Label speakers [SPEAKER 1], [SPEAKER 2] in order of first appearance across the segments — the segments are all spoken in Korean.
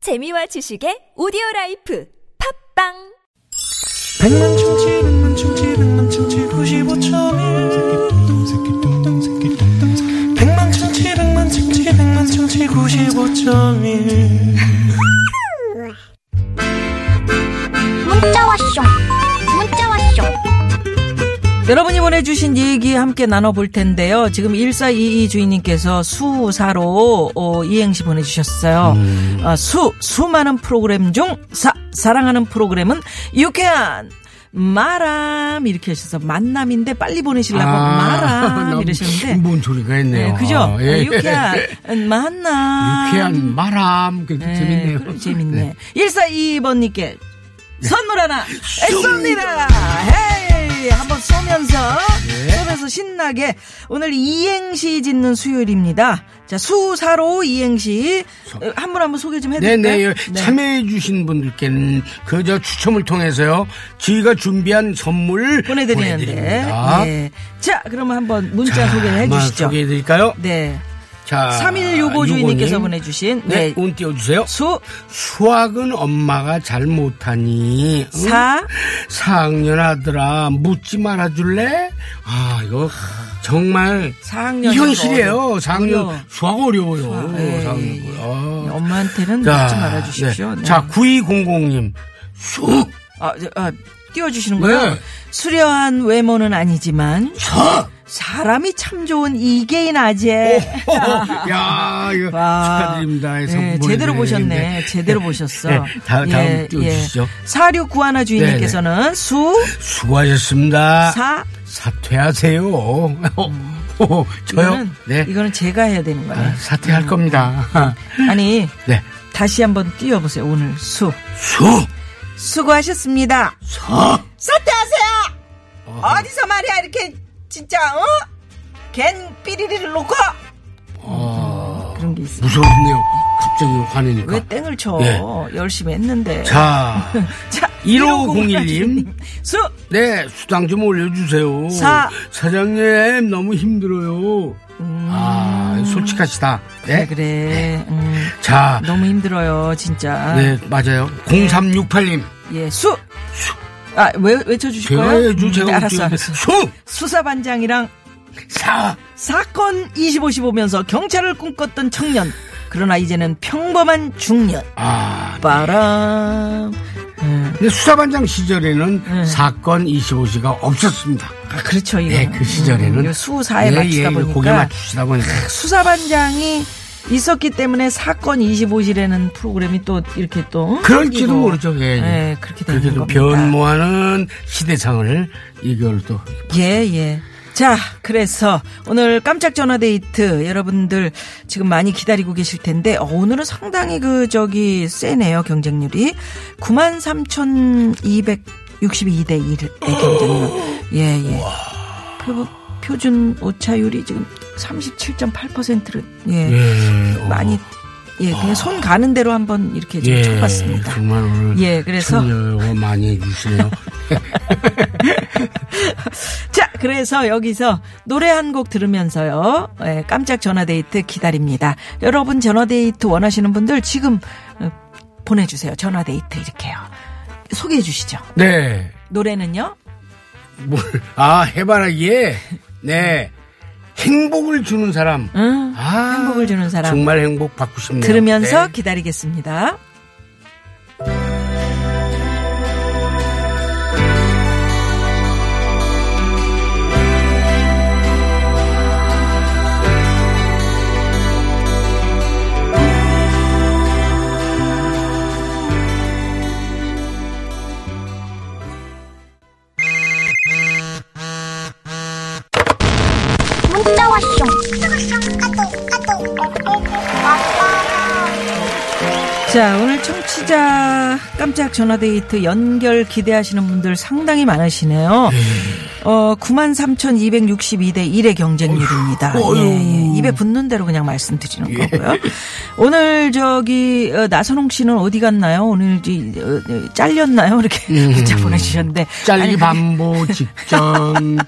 [SPEAKER 1] 재미와 지식의 오디오 라이프 팝빵
[SPEAKER 2] 백만 충치 백만 충치 백만 충치 95.1 백만 충치 백만 충치 백만 충치 95.1
[SPEAKER 3] 문자 왔쇼 문자 왔쇼
[SPEAKER 4] 여러분이 보내주신 얘기 함께 나눠볼 텐데요. 지금 1422 주인님께서 수사로 어, 이행시 보내주셨어요.
[SPEAKER 5] 음.
[SPEAKER 4] 어, 수, 수많은 프로그램 중 사, 사랑하는 프로그램은 유쾌한 마람 이렇게 하셔서 만남인데 빨리
[SPEAKER 5] 아,
[SPEAKER 4] 보내시려고 마람
[SPEAKER 5] 나
[SPEAKER 4] 이러셨는데
[SPEAKER 5] 뭔 소리가
[SPEAKER 4] 네,
[SPEAKER 5] 있네요.
[SPEAKER 4] 그죠?
[SPEAKER 5] 아, 예.
[SPEAKER 4] 유쾌한 만남
[SPEAKER 5] 유쾌한 마람. 그게
[SPEAKER 4] 네,
[SPEAKER 5] 재밌네요. 네.
[SPEAKER 4] 그럼 재밌네. 1422번님께 선물 하나 쏩니다. 헤이! 한번 쏘면서,
[SPEAKER 5] 네.
[SPEAKER 4] 쏘면서 신나게. 오늘 이행시 짓는 수요일입니다. 자, 수사로 이행시. 한 분 한 분 소개 좀 해드릴까요?
[SPEAKER 5] 네네. 예.
[SPEAKER 4] 네.
[SPEAKER 5] 참여해주신 분들께는 그저 추첨을 통해서요. 저희가 준비한 선물
[SPEAKER 4] 보내드리는데.
[SPEAKER 5] 보내드립니다.
[SPEAKER 4] 네. 자, 그러면 한번 문자 소개를
[SPEAKER 5] 한번
[SPEAKER 4] 해주시죠.
[SPEAKER 5] 소개해드릴까요?
[SPEAKER 4] 네.
[SPEAKER 5] 자,
[SPEAKER 4] 3165 주인님께서 보내주신.
[SPEAKER 5] 네,
[SPEAKER 4] 네.
[SPEAKER 5] 운 띄워주세요.
[SPEAKER 4] 수,
[SPEAKER 5] 수학은 엄마가 잘 못하니. 응?
[SPEAKER 4] 사,
[SPEAKER 5] 4학년 아들아 묻지 말아줄래? 아 이거 정말
[SPEAKER 4] 4학년.
[SPEAKER 5] 이 현실이에요. 4학년
[SPEAKER 4] 어려워.
[SPEAKER 5] 수학 어려워요.
[SPEAKER 4] 예,
[SPEAKER 5] 사학년
[SPEAKER 4] 예, 예.
[SPEAKER 5] 아.
[SPEAKER 4] 엄마한테는
[SPEAKER 5] 자,
[SPEAKER 4] 묻지 말아주십시오.
[SPEAKER 5] 네.
[SPEAKER 4] 네.
[SPEAKER 5] 자 9200님 수
[SPEAKER 4] 아, 저, 아, 띄워주시는 거예요?
[SPEAKER 5] 네.
[SPEAKER 4] 수려한 외모는 아니지만
[SPEAKER 5] 자.
[SPEAKER 4] 사람이 참 좋은 이계인 아재.
[SPEAKER 5] 야 이거
[SPEAKER 4] 와.
[SPEAKER 5] 축하드립니다. 이
[SPEAKER 4] 네,
[SPEAKER 5] 선물
[SPEAKER 4] 제대로 보셨네.
[SPEAKER 5] 보내드리는데.
[SPEAKER 4] 제대로 보셨어. 예,
[SPEAKER 5] 네, 다- 다음 띄워주시죠. 네,
[SPEAKER 4] 사륙 구하나 주인님께서는 수,
[SPEAKER 5] 수고하셨습니다.
[SPEAKER 4] 사, 음.
[SPEAKER 5] 사퇴하세요. 어, 저요.
[SPEAKER 4] 이거는,
[SPEAKER 5] 네.
[SPEAKER 4] 이거는 제가 해야 되는 거예요.
[SPEAKER 5] 아, 사퇴할 겁니다.
[SPEAKER 4] 아니,
[SPEAKER 5] 네.
[SPEAKER 4] 다시 한번 띄워보세요. 오늘 수.
[SPEAKER 5] 수.
[SPEAKER 4] 수고하셨습니다.
[SPEAKER 5] 사.
[SPEAKER 4] 사퇴하세요! 어디서 말이야, 이렇게, 진짜, 어? 걘 삐리리를 놓고! 그런 게 있어요.
[SPEAKER 5] 어, 무서웠네요. 갑자기 화내니까.
[SPEAKER 4] 왜 땡을 쳐?
[SPEAKER 5] 예.
[SPEAKER 4] 열심히 했는데.
[SPEAKER 5] 자,
[SPEAKER 4] 자,
[SPEAKER 5] 1501
[SPEAKER 4] 1501 수,
[SPEAKER 5] 네, 수당 좀 올려주세요.
[SPEAKER 4] 사.
[SPEAKER 5] 사장님, 너무 힘들어요. 아, 솔직하시다.
[SPEAKER 4] 음. 그래,
[SPEAKER 5] 네.
[SPEAKER 4] 그래. 음,
[SPEAKER 5] 자,
[SPEAKER 4] 너무 힘들어요, 진짜.
[SPEAKER 5] 네, 맞아요. 0368님.
[SPEAKER 4] 예, 수! 아, 외, 외쳐주실
[SPEAKER 5] 제가
[SPEAKER 4] 거예요?
[SPEAKER 5] 해주, 제가
[SPEAKER 4] 네, 알았어,
[SPEAKER 5] 웃기는데.
[SPEAKER 4] 알았어.
[SPEAKER 5] 수!
[SPEAKER 4] 수사반장이랑
[SPEAKER 5] 사!
[SPEAKER 4] 사건 25, 15면서 경찰을 꿈꿨던 청년. 그러나 이제는 평범한 중년.
[SPEAKER 5] 아.
[SPEAKER 4] 바람. 음,
[SPEAKER 5] 근데 수사반장 시절에는
[SPEAKER 4] 음.
[SPEAKER 5] 사건 25시가 없었습니다.
[SPEAKER 4] 아, 그렇죠, 음, 이거.
[SPEAKER 5] 네, 그 시절에는. 예,
[SPEAKER 4] 수사에 맞추다
[SPEAKER 5] 이거
[SPEAKER 4] 보니까.
[SPEAKER 5] 고개 맞추시다 보니까.
[SPEAKER 4] 수사반장이 있었기 때문에 사건 25시라는 프로그램이 또 이렇게 또
[SPEAKER 5] 그럴지도
[SPEAKER 4] 생기고.
[SPEAKER 5] 모르죠. 예, 예.
[SPEAKER 4] 예, 그렇게 되는
[SPEAKER 5] 그렇게 좀
[SPEAKER 4] 겁니다.
[SPEAKER 5] 변모하는 시대상을 이걸 또
[SPEAKER 4] 예, 예. 자, 그래서 오늘 깜짝 전화 데이트 여러분들 지금 많이 기다리고 계실 텐데 어, 오늘은 상당히 그 저기 세네요 경쟁률이 93,262대 1의 경쟁률. 예, 예. 표, 표준 오차율이 지금 37.8%를 예.
[SPEAKER 5] 예, 어, 예,
[SPEAKER 4] 많이 예, 그냥 손 가는 대로 한번 이렇게 좀 쳐봤습니다.
[SPEAKER 5] 정말 오늘
[SPEAKER 4] 예, 그래서-
[SPEAKER 5] 참여 많이 해주시네요.
[SPEAKER 4] 자, 그래서 여기서 노래 한 곡 들으면서요. 예, 깜짝 전화데이트 기다립니다. 여러분 전화데이트 원하시는 분들 지금 어, 보내주세요. 전화데이트 이렇게요. 소개해 주시죠.
[SPEAKER 5] 네,
[SPEAKER 4] 노래는요?
[SPEAKER 5] 뭘, 아 해바라기에 네 행복을 주는 사람.
[SPEAKER 4] 응.
[SPEAKER 5] 아,
[SPEAKER 4] 행복을 주는 사람.
[SPEAKER 5] 정말 행복 받고 싶네요.
[SPEAKER 4] 들으면서
[SPEAKER 5] 네.
[SPEAKER 4] 기다리겠습니다.
[SPEAKER 3] 문자 왔쇼 까똑 까똑
[SPEAKER 4] 자, 오늘
[SPEAKER 5] 예.
[SPEAKER 4] 청취자 깜짝 전화데이트 연결 기대하시는 분들 상당히 많으시네요. 어, 93,262대 1의 경쟁률입니다.
[SPEAKER 5] 어휴. 예.
[SPEAKER 4] 예, 예. 입에 붙는 대로 그냥 말씀드리는 거고요. 오늘 저기 어, 나선홍 씨는 어디 갔나요? 오늘 이, 어, 잘렸나요? 이렇게
[SPEAKER 5] 음.
[SPEAKER 4] 문자 보내주셨는데
[SPEAKER 5] 짤리
[SPEAKER 4] 아니,
[SPEAKER 5] 반보 직전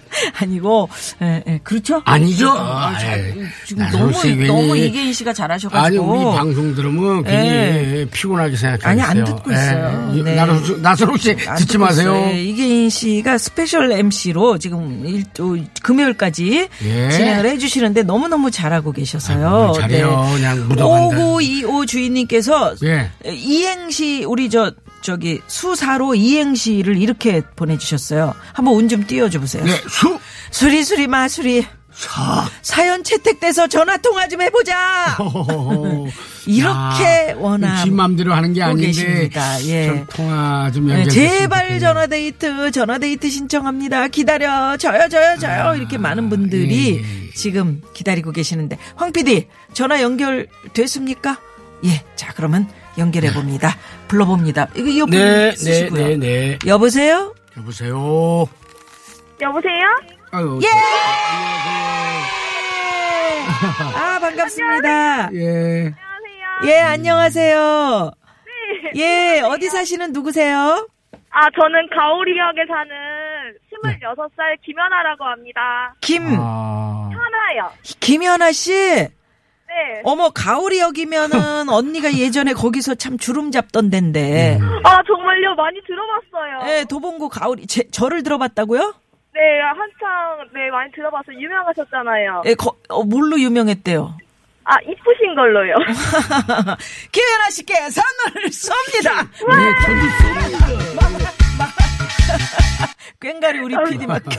[SPEAKER 4] 아니고 예, 예. 그렇죠?
[SPEAKER 5] 아니죠.
[SPEAKER 4] 아,
[SPEAKER 5] 아,
[SPEAKER 4] 잘-
[SPEAKER 5] 예.
[SPEAKER 4] 지금
[SPEAKER 5] 나선홍
[SPEAKER 4] 너무
[SPEAKER 5] 씨 괜히-
[SPEAKER 4] 너무 이계희 씨가 잘하셔가지고
[SPEAKER 5] 아니 우리 방송 들으면 괜히
[SPEAKER 4] 예.
[SPEAKER 5] 피곤하게 생각하세요.
[SPEAKER 4] 아니, 안 듣고 있어요.
[SPEAKER 5] 예.
[SPEAKER 4] 네.
[SPEAKER 5] 나선홍- 나선홍 씨
[SPEAKER 4] 안
[SPEAKER 5] 듣지
[SPEAKER 4] 듣고
[SPEAKER 5] 마세요.
[SPEAKER 4] 있어요. 예, 이계인 씨가 스페셜 MC로 지금 일, 또 금요일까지
[SPEAKER 5] 예.
[SPEAKER 4] 진행을 해주시는데 너무너무 잘하고 계셔서요.
[SPEAKER 5] 아이고, 잘해요. 그냥 묻어간다.
[SPEAKER 4] 5925 주인님께서
[SPEAKER 5] 예.
[SPEAKER 4] 이행시, 우리 저, 저기 수사로 이행시를 이렇게 보내주셨어요. 한번 운 좀 띄워줘 보세요.
[SPEAKER 5] 네, 수
[SPEAKER 4] 수리수리 마수리.
[SPEAKER 5] 사.
[SPEAKER 4] 사연 채택돼서 전화 통화 좀 해보자.
[SPEAKER 5] 호호호.
[SPEAKER 4] 이렇게
[SPEAKER 5] 어. 야,
[SPEAKER 4] 원함
[SPEAKER 5] 지 맘대로 하는 게
[SPEAKER 4] 하고
[SPEAKER 5] 아닌데
[SPEAKER 4] 계십니다. 예.
[SPEAKER 5] 좀 통화 좀
[SPEAKER 4] 네,
[SPEAKER 5] 연결. 예.
[SPEAKER 4] 제발 전화 데이트 전화 데이트 신청합니다. 기다려 저요 저요 저요
[SPEAKER 5] 아,
[SPEAKER 4] 이렇게 많은 분들이
[SPEAKER 5] 예,
[SPEAKER 4] 지금 기다리고 계시는데 황 PD 전화 연결 됐습니까? 예, 자 그러면 연결해 봅니다. 불러봅니다. 이거 이어폰
[SPEAKER 5] 네, 네,
[SPEAKER 4] 쓰시고요.
[SPEAKER 5] 네, 네.
[SPEAKER 4] 여보세요?
[SPEAKER 5] 여보세요.
[SPEAKER 6] 여보세요?
[SPEAKER 5] 아유,
[SPEAKER 4] 예! 아 반갑습니다.
[SPEAKER 5] 예.
[SPEAKER 6] 안녕하세요.
[SPEAKER 4] 예 안녕하세요. 예 어디 사시는 누구세요?
[SPEAKER 6] 아, 저는 가오리역에 사는 26살 김연아라고 합니다.
[SPEAKER 4] 김
[SPEAKER 5] 아,
[SPEAKER 6] 하나요.
[SPEAKER 4] 김연아 씨.
[SPEAKER 6] 네.
[SPEAKER 4] 어머 가오리 여기면은 언니가 예전에 거기서 참 주름 잡던 데인데.
[SPEAKER 6] 아, 정말요? 많이 들어봤어요.
[SPEAKER 4] 예, 도봉구 가오리 제, 저를 들어봤다고요?
[SPEAKER 6] 네, 한창, 네, 많이 들어봤어요. 유명하셨잖아요.
[SPEAKER 4] 예, 거, 어, 뭘로 유명했대요?
[SPEAKER 6] 아, 이쁘신 걸로요.
[SPEAKER 4] 김연아 씨께 선물을 쏩니다.
[SPEAKER 5] 네,
[SPEAKER 4] 꽹가리 우리 PD 막
[SPEAKER 5] 어.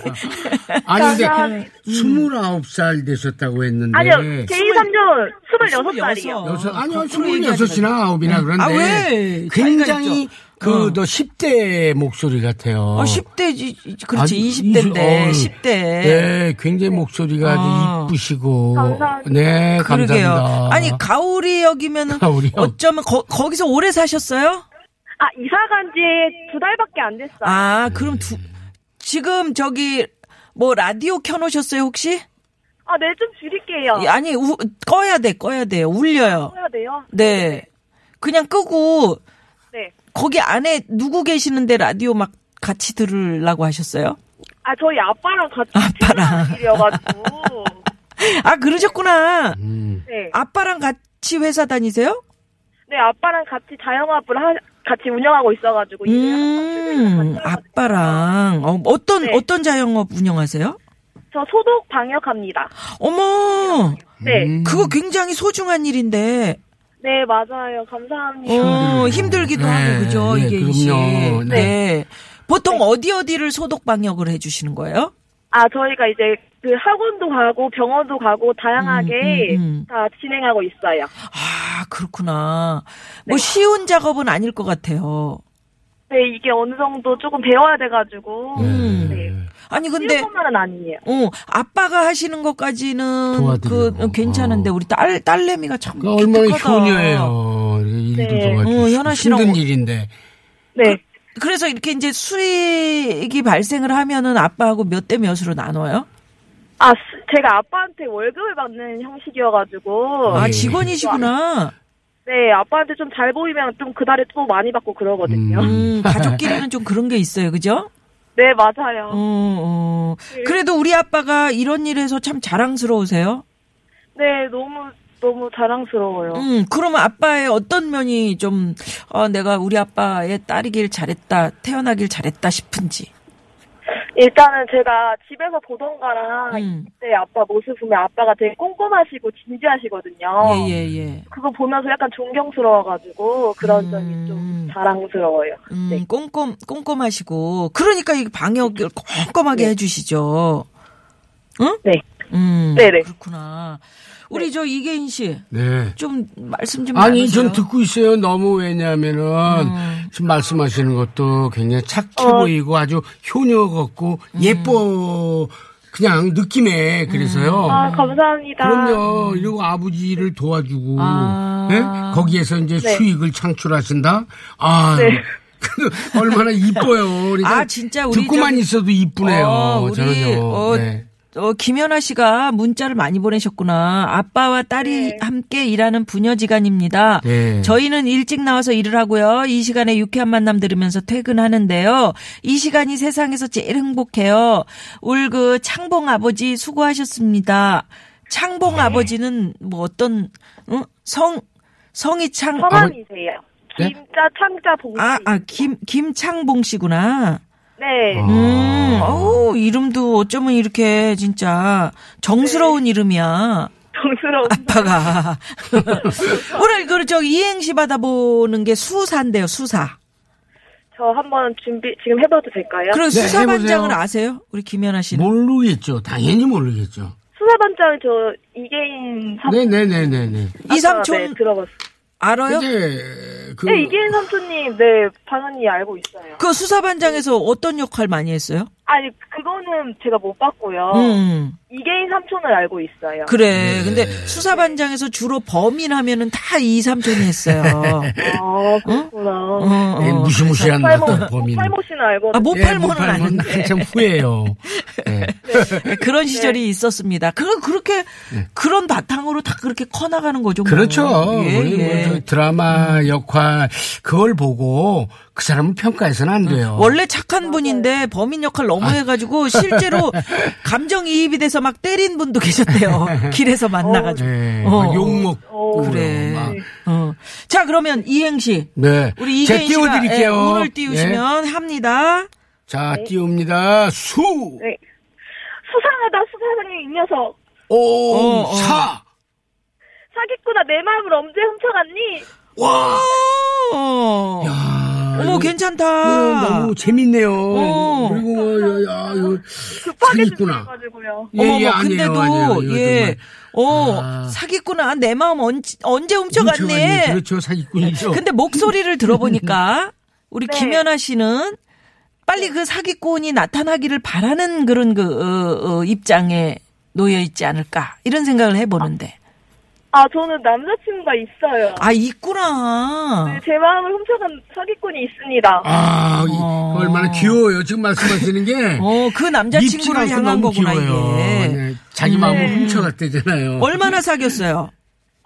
[SPEAKER 5] 아니 근데
[SPEAKER 6] 감사합니다.
[SPEAKER 5] 스물아홉 살 되셨다고 했는데.
[SPEAKER 6] 아니요, 제2삼촌 26살이요.
[SPEAKER 4] 26.
[SPEAKER 5] 여섯 아니요
[SPEAKER 4] 거꾸로 얘기하지
[SPEAKER 5] 스물여섯이나 아홉이나 그런데
[SPEAKER 4] 아, 왜? 차이가
[SPEAKER 5] 굉장히
[SPEAKER 4] 있죠. 어.
[SPEAKER 5] 그너 10대 목소리 같아요.
[SPEAKER 4] 어, 10대지 그렇지
[SPEAKER 5] 아주
[SPEAKER 4] 20대인데
[SPEAKER 5] 이수- 어,
[SPEAKER 4] 10대.
[SPEAKER 5] 네, 굉장히 목소리가
[SPEAKER 4] 아.
[SPEAKER 5] 아주 이쁘시고.
[SPEAKER 6] 감사합니다.
[SPEAKER 5] 네,
[SPEAKER 4] 그러게요.
[SPEAKER 5] 감사합니다.
[SPEAKER 4] 아니 가오리 여기면은
[SPEAKER 5] 가오리요?
[SPEAKER 4] 어쩌면 거, 거기서 오래 사셨어요?
[SPEAKER 6] 아, 이사 간 지 두 달밖에 안 됐어요. 아,
[SPEAKER 4] 아, 그럼 두, 지금 저기, 뭐, 라디오 켜놓으셨어요, 혹시?
[SPEAKER 6] 네, 좀 줄일게요.
[SPEAKER 4] 이- 아니, 우- 꺼야 돼, 꺼야 돼요. 울려요.
[SPEAKER 6] 해야 돼요?
[SPEAKER 4] 네. 그냥 끄고,
[SPEAKER 6] 네.
[SPEAKER 4] 거기 안에 누구 계시는데 라디오 막 같이 들으려고 하셨어요?
[SPEAKER 6] 아, 저희 아빠랑 같이
[SPEAKER 4] 아빠랑.
[SPEAKER 6] 출근하는 일이어가지고.
[SPEAKER 4] 아, 그러셨구나.
[SPEAKER 5] 음.
[SPEAKER 6] 네.
[SPEAKER 4] 아빠랑 같이 회사 다니세요?
[SPEAKER 6] 네, 아빠랑 같이 자영업을 하, 같이 운영하고 있어가지고. 일을
[SPEAKER 4] 음,
[SPEAKER 6] 하고 있어요.
[SPEAKER 4] 아빠랑. 어, 어떤,
[SPEAKER 6] 네.
[SPEAKER 4] 어떤 자영업 운영하세요?
[SPEAKER 6] 저 소독 방역합니다.
[SPEAKER 4] 어머!
[SPEAKER 6] 네.
[SPEAKER 4] 그거 굉장히 소중한 일인데,
[SPEAKER 6] 네, 맞아요. 감사합니다.
[SPEAKER 4] 어, 힘들기도
[SPEAKER 5] 네,
[SPEAKER 4] 하고 그죠
[SPEAKER 5] 네,
[SPEAKER 4] 이게 이시.
[SPEAKER 5] 그럼요.
[SPEAKER 4] 네.
[SPEAKER 5] 네.
[SPEAKER 4] 보통 어디 어디를 소독 방역을 해주시는 거예요?
[SPEAKER 6] 아, 저희가 이제 그 학원도 가고 병원도 가고
[SPEAKER 4] 음,
[SPEAKER 6] 다양하게
[SPEAKER 4] 음, 음.
[SPEAKER 6] 다 진행하고 있어요.
[SPEAKER 4] 아 그렇구나. 뭐 쉬운 작업은 아닐 것 같아요.
[SPEAKER 6] 네, 이게 어느 정도 조금 배워야 돼가지고.
[SPEAKER 4] 음.
[SPEAKER 6] 네.
[SPEAKER 4] 아니 근데
[SPEAKER 6] 쉬운 것만은 아니에요.
[SPEAKER 4] 어 아빠가 하시는 것까지는 그
[SPEAKER 5] 도와드리고.
[SPEAKER 4] 어, 괜찮은데
[SPEAKER 5] 어.
[SPEAKER 4] 우리 딸 딸내미가 참
[SPEAKER 5] 그러니까 얼마나
[SPEAKER 4] 기특하다.
[SPEAKER 5] 효녀예요. 이렇게 일도
[SPEAKER 6] 네.
[SPEAKER 5] 도와주시고.
[SPEAKER 4] 어, 현아 씨랑
[SPEAKER 5] 힘든
[SPEAKER 4] 어-
[SPEAKER 5] 일인데.
[SPEAKER 6] 네.
[SPEAKER 4] 그래서 이렇게 이제 수익이 발생을 하면은 아빠하고 몇 대 몇으로 나눠요?
[SPEAKER 6] 아, 스- 제가 아빠한테 월급을 받는 형식이어가지고.
[SPEAKER 4] 아
[SPEAKER 5] 예.
[SPEAKER 4] 직원이시구나.
[SPEAKER 6] 네, 아빠한테 좀 잘 보이면 좀 그달에 또 많이 받고 그러거든요.
[SPEAKER 4] 음, 가족끼리는 좀 그런 게 있어요, 그죠?
[SPEAKER 6] 네, 맞아요.
[SPEAKER 4] 어, 어.
[SPEAKER 6] 예.
[SPEAKER 4] 그래도 우리 아빠가 이런 일에서 참 자랑스러우세요?
[SPEAKER 6] 네, 너무 너무 자랑스러워요.
[SPEAKER 4] 음, 그러면 아빠의 어떤 면이 좀, 어, 내가 우리 아빠의 딸이길 잘했다, 태어나길 잘했다 싶은지.
[SPEAKER 6] 일단은 제가 집에서 보던 거랑
[SPEAKER 4] 음.
[SPEAKER 6] 이때 아빠 모습 보면 아빠가 되게 꼼꼼하시고 진지하시거든요.
[SPEAKER 4] 예, 예, 예.
[SPEAKER 6] 그거 보면서 약간 존경스러워가지고 그런 점이
[SPEAKER 4] 음.
[SPEAKER 6] 좀 자랑스러워요.
[SPEAKER 4] 음,
[SPEAKER 6] 네.
[SPEAKER 4] 꼼꼼, 꼼꼼하시고. 그러니까 이 방역을 꼼꼼하게 해주시죠. 응?
[SPEAKER 6] 네.
[SPEAKER 4] 음.
[SPEAKER 6] 네네.
[SPEAKER 4] 그렇구나. 우리 저 이계인 씨,
[SPEAKER 5] 네.
[SPEAKER 4] 좀 말씀 좀
[SPEAKER 5] 아니,
[SPEAKER 4] 나누세요. 음.
[SPEAKER 5] 전 듣고 있어요. 너무 왜냐하면은 지금 말씀하시는 것도 굉장히 착해
[SPEAKER 4] 어.
[SPEAKER 5] 보이고 아주 효녀 같고
[SPEAKER 4] 음.
[SPEAKER 5] 예뻐 그냥 느낌에 그래서요.
[SPEAKER 4] 음.
[SPEAKER 6] 아 감사합니다.
[SPEAKER 5] 그럼요. 이러고 아버지를 도와주고
[SPEAKER 4] 아. 네.
[SPEAKER 5] 예? 거기에서 이제 수익을 창출하신다. 아
[SPEAKER 6] 네.
[SPEAKER 5] 얼마나 이뻐요. 그러니까
[SPEAKER 4] 아, 진짜 우리
[SPEAKER 5] 듣고만
[SPEAKER 4] 저기-
[SPEAKER 5] 있어도 이쁘네요.
[SPEAKER 4] 어, 우리
[SPEAKER 5] 저는요.
[SPEAKER 4] 어,
[SPEAKER 5] 네.
[SPEAKER 4] 어, 김연아 씨가 문자를 많이 보내셨구나. 아빠와 딸이 함께 일하는 부녀지간입니다.
[SPEAKER 5] 네.
[SPEAKER 4] 저희는 일찍 나와서 일을 하고요. 이 시간에 유쾌한 만남 들으면서 퇴근하는데요. 이 시간이 세상에서 제일 행복해요. 올 그 창봉 아버지 수고하셨습니다. 창봉
[SPEAKER 5] 네.
[SPEAKER 4] 아버지는 뭐 어떤 응? 성 성이 창
[SPEAKER 6] 성함이세요.
[SPEAKER 5] 네?
[SPEAKER 6] 김자 창자 봉지.
[SPEAKER 4] 아, 아, 김, 김창봉 씨구나.
[SPEAKER 6] 네.
[SPEAKER 4] 음, 어우, 이름도 어쩌면 이렇게 진짜 정스러운
[SPEAKER 5] 네.
[SPEAKER 4] 이름이야.
[SPEAKER 6] 정스러운.
[SPEAKER 4] 아빠가. 오늘 그, 저기, 이행시 받아보는 게 수사인데요, 수사.
[SPEAKER 6] 저 한번 준비 지금 해봐도 될까요?
[SPEAKER 4] 그럼
[SPEAKER 5] 네,
[SPEAKER 4] 수사반장을
[SPEAKER 5] 해보세요.
[SPEAKER 4] 아세요? 우리 김연아 씨는.
[SPEAKER 5] 모르겠죠. 당연히 모르겠죠.
[SPEAKER 6] 수사반장 저 이계인 삼.
[SPEAKER 5] 뭐? 아, 네네네네네. 그
[SPEAKER 4] 이삼촌
[SPEAKER 6] 네, 들어봤어요.
[SPEAKER 4] 알아요?
[SPEAKER 5] 근데 그
[SPEAKER 6] 네, 이계인 삼촌님, 네, 당연히 알고 있어요.
[SPEAKER 4] 그 수사반장에서 어떤 역할 많이 했어요?
[SPEAKER 6] 아니, 그거는 제가 못 봤고요.
[SPEAKER 5] 어.
[SPEAKER 4] 음,
[SPEAKER 6] 이계인 삼촌을 알고 있어요.
[SPEAKER 5] 네.
[SPEAKER 4] 그래. 근데 수사반장에서 주로 범인 하면은 다 이삼촌이 했어요.
[SPEAKER 6] 아, 그렇구나.
[SPEAKER 4] 어, 어.
[SPEAKER 5] 예, 무시무시한
[SPEAKER 6] 팔모,
[SPEAKER 5] 범인.
[SPEAKER 6] 팔모 씨는 알고.
[SPEAKER 4] 아,
[SPEAKER 5] 예,
[SPEAKER 4] 모팔모는
[SPEAKER 5] 모팔모는
[SPEAKER 4] 아는데.
[SPEAKER 5] 한참 후예요. 예.
[SPEAKER 4] 그런 시절이 있었습니다. 그 그렇게 그런 바탕으로 다 그렇게 커 나가는 거죠. 뭐.
[SPEAKER 5] 네. 그렇죠.
[SPEAKER 4] 예,
[SPEAKER 5] 우리 뭐
[SPEAKER 4] 예. 음.
[SPEAKER 5] 저 드라마 역할 그걸 보고 그 사람은 평가해서는 안 돼요.
[SPEAKER 4] 원래 착한 분인데 범인 역할 너무
[SPEAKER 5] 아.
[SPEAKER 4] 해가지고 실제로 감정 이입이 돼서 막 때린 분도 계셨대요. 길에서 만나가지고.
[SPEAKER 5] 예,
[SPEAKER 4] 어.
[SPEAKER 5] 막욕 먹고
[SPEAKER 4] 그래.
[SPEAKER 5] 막.
[SPEAKER 4] 어. 자 그러면 이행시.
[SPEAKER 5] 네.
[SPEAKER 4] 우리
[SPEAKER 5] 제
[SPEAKER 4] 이행시
[SPEAKER 5] 띄워드릴게요.
[SPEAKER 4] 오늘
[SPEAKER 5] 예.
[SPEAKER 4] 띄우시면 네. 합니다.
[SPEAKER 5] 자, 띄웁니다. 수,
[SPEAKER 6] 네. 수상하다, 수사님, 이 녀석.
[SPEAKER 5] 오,
[SPEAKER 4] 어, 어.
[SPEAKER 5] 사.
[SPEAKER 6] 사기꾼아, 내 마음을 언제 훔쳐갔니?
[SPEAKER 5] 와.
[SPEAKER 4] 어.
[SPEAKER 5] 아,
[SPEAKER 4] 어머
[SPEAKER 5] 이거 네,
[SPEAKER 4] 괜찮다.
[SPEAKER 5] 너무 재밌네요.
[SPEAKER 4] 어.
[SPEAKER 5] 그리고 뭐, 야, 야, 이거
[SPEAKER 6] 급하게
[SPEAKER 5] 사기꾼아.
[SPEAKER 6] 주셔가지고요.
[SPEAKER 5] 예,
[SPEAKER 4] 어머머,
[SPEAKER 5] 예, 아니에요,
[SPEAKER 4] 근데도
[SPEAKER 5] 아니에요. 이거
[SPEAKER 4] 예,
[SPEAKER 5] 정말
[SPEAKER 4] 어
[SPEAKER 5] 아.
[SPEAKER 4] 사기꾼아 내 마음 언, 언제
[SPEAKER 5] 훔쳐갔네.
[SPEAKER 4] 훔쳐갔네.
[SPEAKER 5] 그렇죠, 사기꾼이죠.
[SPEAKER 4] 근데 목소리를 들어보니까 우리
[SPEAKER 6] 어. 네.
[SPEAKER 4] 김연아 씨는 빨리 그 사기꾼이 나타나기를 바라는 그런 그 어, 어, 입장에 놓여 있지 않을까 이런 생각을 해보는데
[SPEAKER 6] 아, 저는 남자친구가 있어요.
[SPEAKER 4] 아 있구나.
[SPEAKER 6] 네, 제 마음을 훔쳐간 사기꾼이 있습니다.
[SPEAKER 5] 아, 이-
[SPEAKER 4] 어.
[SPEAKER 5] 얼마나 귀여워요. 지금 말씀하시는 게.
[SPEAKER 4] 어 그
[SPEAKER 5] 밉지가
[SPEAKER 4] 남자친구를
[SPEAKER 5] 않고
[SPEAKER 4] 향한
[SPEAKER 5] 너무
[SPEAKER 4] 거구나
[SPEAKER 5] 귀여워요.
[SPEAKER 4] 이게.
[SPEAKER 5] 네, 자기 마음을 훔쳐갔대잖아요.
[SPEAKER 4] 얼마나 사귀었어요?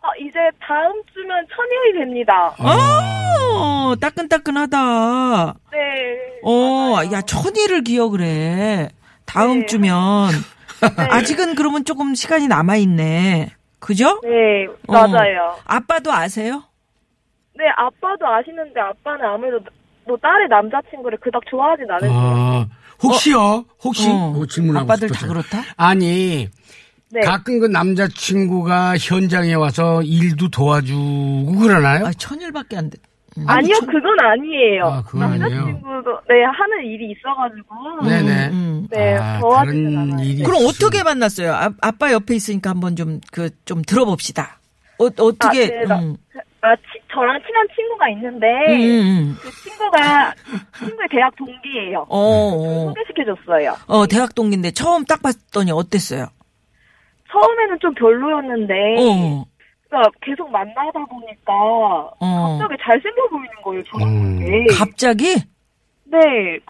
[SPEAKER 6] 아, 이제 다음 주면 천일이 됩니다.
[SPEAKER 5] 아.
[SPEAKER 4] 어 따끈따끈하다.
[SPEAKER 6] 네.
[SPEAKER 4] 어,
[SPEAKER 6] 맞아요.
[SPEAKER 4] 야, 천일을 기억을 해. 다음
[SPEAKER 6] 네.
[SPEAKER 4] 주면. 아직은 그러면 조금 시간이 남아있네. 그죠?
[SPEAKER 6] 네,
[SPEAKER 4] 어.
[SPEAKER 6] 맞아요.
[SPEAKER 4] 아빠도 아세요?
[SPEAKER 6] 네, 아빠도 아시는데 아빠는 아무래도 너 딸의 남자친구를 그닥 좋아하진 않을 거예요.
[SPEAKER 5] 아, 혹시요? 혹시?
[SPEAKER 4] 어.
[SPEAKER 5] 어, 질문하고
[SPEAKER 4] 아빠들 다
[SPEAKER 5] 싶었어요.
[SPEAKER 4] 그렇다?
[SPEAKER 5] 아니,
[SPEAKER 6] 네.
[SPEAKER 5] 가끔 그 남자친구가 현장에 와서 일도 도와주고 그러나요?
[SPEAKER 4] 아, 천일밖에 안 돼. 음.
[SPEAKER 6] 아니요, 그건 아니에요.
[SPEAKER 5] 아, 그건 아니에요.
[SPEAKER 6] 남자친구도 네 하는 일이 있어가지고
[SPEAKER 5] 네네.
[SPEAKER 4] 음.
[SPEAKER 6] 네,
[SPEAKER 5] 아,
[SPEAKER 6] 좋아하지는
[SPEAKER 5] 다른
[SPEAKER 6] 않아요.
[SPEAKER 5] 일이-
[SPEAKER 4] 그럼
[SPEAKER 5] 있어.
[SPEAKER 4] 어떻게 만났어요? 아, 아빠 옆에 있으니까 한번 좀, 그, 좀 들어봅시다. 어, 어떻게.
[SPEAKER 6] 아, 네, 나-
[SPEAKER 4] 음.
[SPEAKER 6] 아, 치- 저랑 친한 친구가 있는데
[SPEAKER 4] 음, 음.
[SPEAKER 6] 그 친구가 친구의 대학 동기예요.
[SPEAKER 4] 어, 어.
[SPEAKER 6] 네. 소개시켜줬어요.
[SPEAKER 4] 어, 대학 동기인데 처음 딱 봤더니 어땠어요?
[SPEAKER 6] 처음에는 좀 별로였는데
[SPEAKER 4] 어.
[SPEAKER 6] 그러니까 계속 만나다 보니까
[SPEAKER 4] 어.
[SPEAKER 6] 갑자기 잘생겨 보이는 거예요. 저는
[SPEAKER 5] 음.
[SPEAKER 6] 게
[SPEAKER 4] 갑자기?
[SPEAKER 6] 네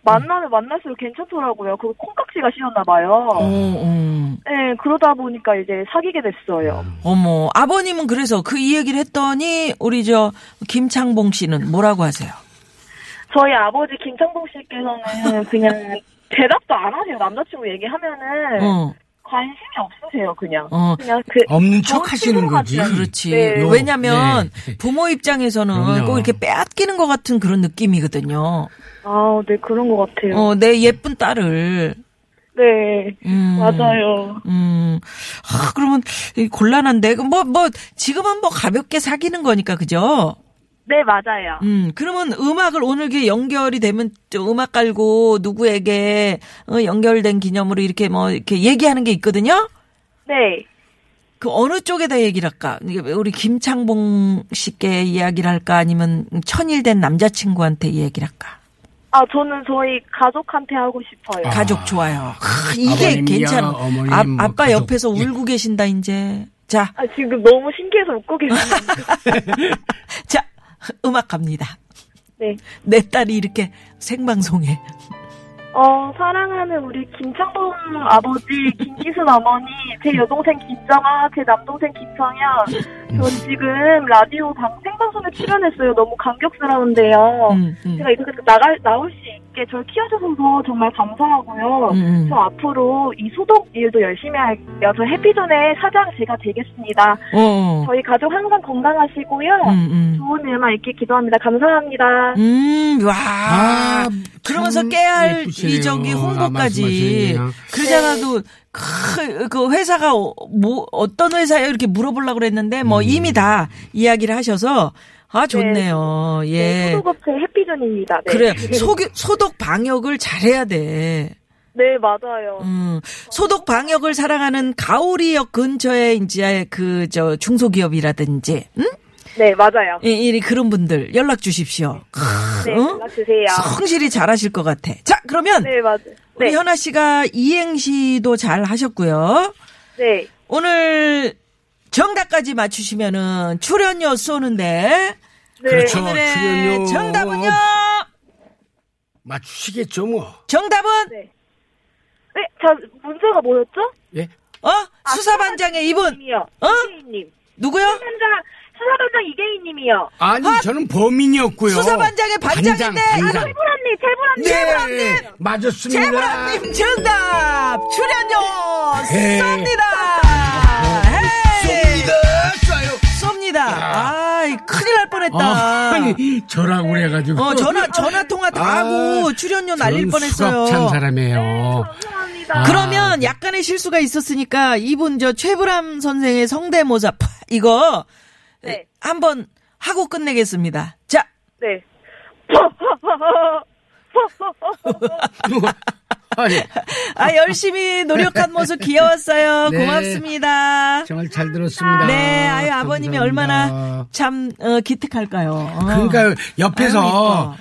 [SPEAKER 6] 만나면 만날수록 괜찮더라고요. 그리고 콩깍지가 씌었나 봐요.
[SPEAKER 4] 어, 어.
[SPEAKER 6] 네 그러다 보니까 이제 사귀게 됐어요.
[SPEAKER 4] 어머, 아버님은 그래서 그 이 얘기를 했더니 우리 저 김창봉 씨는 뭐라고 하세요?
[SPEAKER 6] 저희 아버지 김창동 씨께서는
[SPEAKER 4] 네.
[SPEAKER 6] 그냥 대답도 안 하세요. 남자친구 얘기하면은
[SPEAKER 4] 어,
[SPEAKER 6] 관심이 없으세요. 그냥
[SPEAKER 4] 어.
[SPEAKER 6] 그냥 그
[SPEAKER 5] 없는
[SPEAKER 6] 좋은
[SPEAKER 5] 척 하시는
[SPEAKER 6] 친구
[SPEAKER 5] 거지.
[SPEAKER 6] 같아요.
[SPEAKER 4] 음, 그렇지.
[SPEAKER 6] 네.
[SPEAKER 4] 왜냐면
[SPEAKER 5] 예. 네.
[SPEAKER 4] 부모 입장에서는
[SPEAKER 5] 그럼요.
[SPEAKER 4] 꼭 이렇게 빼앗기는 것 같은 그런 느낌이거든요.
[SPEAKER 6] 아, 네 그런 것 같아요.
[SPEAKER 5] 음.
[SPEAKER 4] 어, 내 예쁜 딸을.
[SPEAKER 6] 네
[SPEAKER 4] 음.
[SPEAKER 6] 맞아요.
[SPEAKER 4] 음, 아, 그러면 이 곤란한데. 그 뭐, 뭐, 지금은 뭐 가볍게 사귀는 거니까, 그죠?
[SPEAKER 6] 네 맞아요.
[SPEAKER 4] 음, 그러면 음악을 오늘 게 연결이 되면 저 음악 깔고 누구에게 어, 연결된 기념으로 이렇게 뭐, 이렇게 얘기하는 게 있거든요?
[SPEAKER 6] 네.
[SPEAKER 4] 그 어느 쪽에다 얘기를 할까? 이게 우리 김창봉 씨께 이야기를 할까? 아니면 천일된 남자친구한테 얘기를 할까?
[SPEAKER 6] 아 저는 저희 가족한테 하고 싶어요.
[SPEAKER 4] 가족 좋아요. 크, 이게
[SPEAKER 5] 아버님이야,
[SPEAKER 4] 괜찮아.
[SPEAKER 5] 어머님,
[SPEAKER 4] 아,
[SPEAKER 5] 뭐
[SPEAKER 4] 아빠
[SPEAKER 5] 가족. 예.
[SPEAKER 4] 옆에서 울고 계신다 이제. 자,
[SPEAKER 6] 아, 지금 너무 신기해서 웃고 계시는데.
[SPEAKER 4] 자, 음악 갑니다.
[SPEAKER 6] 네.
[SPEAKER 4] 내 딸이 이렇게 생방송에
[SPEAKER 6] 어, 사랑하는 우리 김창범 아버지, 김기순 어머니, 제 여동생 김정아, 제 남동생 김성현. 전 지금 라디오 방, 생방송에 출연했어요. 너무 감격스러운데요.
[SPEAKER 4] 음, 음.
[SPEAKER 6] 제가 이렇게 나갈, 나올 수 있게 저를 키워주셔서 정말 감사하고요.
[SPEAKER 4] 음, 음.
[SPEAKER 6] 저 앞으로 이 소독 일도 열심히 할게요. 저 해피존의 사장 제가 되겠습니다.
[SPEAKER 4] 어, 어.
[SPEAKER 6] 저희 가족 항상 건강하시고요.
[SPEAKER 4] 음,
[SPEAKER 6] 좋은 일만 있길 기도합니다. 감사합니다.
[SPEAKER 4] 음. 음, 와. 그러면서
[SPEAKER 5] 참
[SPEAKER 4] 깨알
[SPEAKER 5] 아, 음, 예쁘시네요.
[SPEAKER 4] 이저기
[SPEAKER 5] 아,
[SPEAKER 4] 홍보까지
[SPEAKER 5] 말씀하시네요.
[SPEAKER 4] 그러자라도 크, 그 회사가 어, 뭐 어떤 회사예요 이렇게 물어보려고 그랬는데
[SPEAKER 5] 음.
[SPEAKER 4] 뭐 이미 다 이야기를 하셔서 아 좋네요
[SPEAKER 6] 네,
[SPEAKER 4] 예
[SPEAKER 6] 소독업체 해피존입니다. 네.
[SPEAKER 4] 그래 소 소독 방역을 잘해야 돼
[SPEAKER 6] 네, 맞아요.
[SPEAKER 4] 음, 소독 방역을 사랑하는 가오리역 근처에 이제 그 저 중소기업이라든지 음?
[SPEAKER 6] 네, 맞아요.
[SPEAKER 4] 이, 이 그런 분들 연락 주십시오
[SPEAKER 6] 네,
[SPEAKER 4] 어?
[SPEAKER 6] 연락주세요.
[SPEAKER 4] 성실히 잘하실 것 같아 자 그러면
[SPEAKER 6] 네, 맞아요.
[SPEAKER 4] 우리
[SPEAKER 6] 네,
[SPEAKER 4] 현아 씨가 이행시도 잘 하셨고요.
[SPEAKER 6] 네.
[SPEAKER 4] 오늘 정답까지 맞추시면은 출연료 쏘는데
[SPEAKER 6] 네.
[SPEAKER 5] 그렇죠.
[SPEAKER 4] 오늘의
[SPEAKER 5] 출연료.
[SPEAKER 4] 정답은요.
[SPEAKER 5] 맞추시겠죠, 뭐.
[SPEAKER 4] 정답은
[SPEAKER 6] 네, 자, 문제가 뭐였죠?
[SPEAKER 5] 예?
[SPEAKER 4] 어 수사반장의 이분
[SPEAKER 6] 님이요.
[SPEAKER 4] 어?
[SPEAKER 6] 이계희님.
[SPEAKER 4] 누구요?
[SPEAKER 6] 수사반장, 수사반장 이계희님이요.
[SPEAKER 5] 아니, 저는 범인이었고요.
[SPEAKER 4] 수사반장의 반장인데
[SPEAKER 5] 반장, 반장.
[SPEAKER 6] 채불언니, 채불언니.
[SPEAKER 5] 네, 맞았습니다.
[SPEAKER 4] 재보라님 정답 출연료
[SPEAKER 5] 헤이.
[SPEAKER 4] 쏩니다. 헤이.
[SPEAKER 5] 쏩니다. 쏴요.
[SPEAKER 4] 예. 쏩니다. 아이 큰일 날 뻔했다.
[SPEAKER 5] 아, 아니, 저라고 그래가지고.
[SPEAKER 4] 어 전화 전화 통화 다
[SPEAKER 5] 아,
[SPEAKER 4] 하고 출연료 날릴
[SPEAKER 5] 저는
[SPEAKER 4] 뻔했어요. 네,
[SPEAKER 5] 수갑찬 사람이에요. 아,
[SPEAKER 6] 감사합니다.
[SPEAKER 4] 그러면 약간의 실수가 있었으니까 이분 저 최불암 선생의 성대모사 파- 이거
[SPEAKER 6] 네.
[SPEAKER 4] 한번 하고 끝내겠습니다. 자,
[SPEAKER 6] 네.
[SPEAKER 5] 아니,
[SPEAKER 4] 아 열심히 노력한 모습 귀여웠어요.
[SPEAKER 5] 네.
[SPEAKER 4] 고맙습니다.
[SPEAKER 5] 정말 잘 들었습니다.
[SPEAKER 4] 네, 아유 아버님이
[SPEAKER 5] 감사합니다.
[SPEAKER 4] 얼마나 참 어, 기특할까요. 어.
[SPEAKER 5] 그러니까 옆에서 어.
[SPEAKER 4] 아유, 어. 이뻐.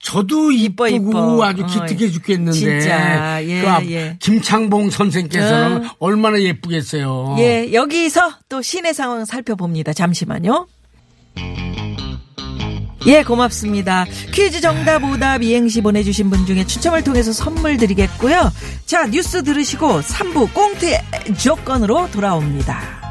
[SPEAKER 5] 저도 이쁘고
[SPEAKER 4] 이뻐.
[SPEAKER 5] 아주
[SPEAKER 4] 어,
[SPEAKER 5] 기특해 죽겠는데
[SPEAKER 4] 진짜, 예,
[SPEAKER 5] 그 앞-
[SPEAKER 4] 예. 어.
[SPEAKER 5] 김창봉 선생께서는 얼마나 예쁘겠어요.
[SPEAKER 4] 예, 여기서 또 시내 상황 살펴봅니다. 잠시만요. 예, 고맙습니다. 퀴즈 정답, 오답, 이행시 보내주신 분 중에 추첨을 통해서 선물 드리겠고요. 자, 뉴스 들으시고 3부 꽁트의 조건으로 돌아옵니다.